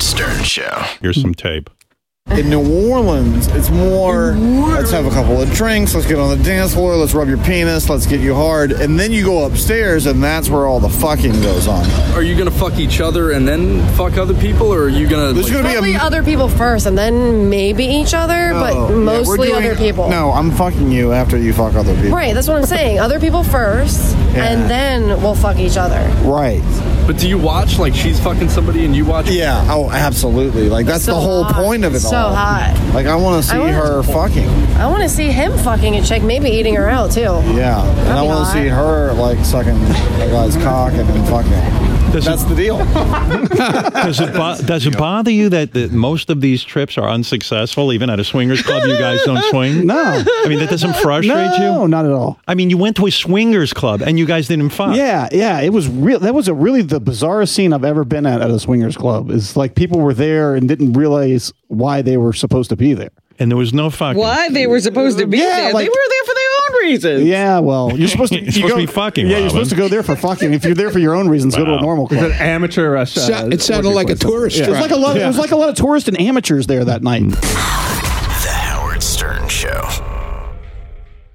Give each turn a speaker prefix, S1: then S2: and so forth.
S1: show.
S2: Here's some tape.
S3: In New Orleans, it's more let's have a couple of drinks, let's get on the dance floor, let's rub your penis, let's get you hard, and then you go upstairs and that's where all the fucking goes on.
S4: Are you gonna fuck each other and then fuck other people, or are you gonna?
S3: There's
S4: like,
S3: gonna be a
S5: Probably other people first, and then maybe each other,
S3: No,
S5: but
S3: yeah,
S5: mostly
S3: we're doing-
S5: other people.
S3: No, I'm fucking you after you fuck other people.
S5: Right, that's what I'm saying. Other people first,
S3: Yeah.
S5: and then we'll fuck each other.
S3: Right.
S4: but do you watch like she's fucking somebody and you watch?
S3: Yeah. Oh, absolutely. Like that's
S5: So
S3: the whole
S5: hot.
S3: point of it
S5: So
S3: all.
S5: hot.
S3: Like I want to see
S5: wanna-
S3: her fucking.
S5: I want to see him fucking a chick, maybe eating her out too.
S3: Yeah. And I
S5: be
S3: want to
S5: hot.
S3: see her like sucking a guy's cock and then fucking.
S2: Does
S3: That's
S2: it,
S3: the deal.
S2: does it, bo- does it bother you that, that most of these trips are unsuccessful? Even at a swingers club, you guys don't swing?
S6: No.
S2: I mean, that doesn't frustrate
S6: no,
S3: Oh,
S2: you?
S6: not at all.
S2: I mean, you went to a swingers club and you guys didn't fuck.
S6: Yeah, yeah, it was real. That was a really the bizarrest scene I've ever been at at a swingers club. Is like people were there and didn't realize why they were supposed to be there.
S2: And there was no fucking.
S7: Why they were supposed to be
S6: Yeah,
S7: there?
S6: like-
S7: they were there for their own reasons.
S6: Yeah, well, you're supposed to,
S2: You're supposed to be fucking,
S6: Yeah, you're
S2: Robin.
S6: supposed to go there for fucking. If you're there for your own reasons, go to a
S2: Wow.
S6: normal club.
S8: amateur. Uh,
S9: Sa- it sounded like a tourist
S6: It was
S9: trap.
S2: Mm.
S6: like a lot. It was like a lot of tourists and amateurs there that night.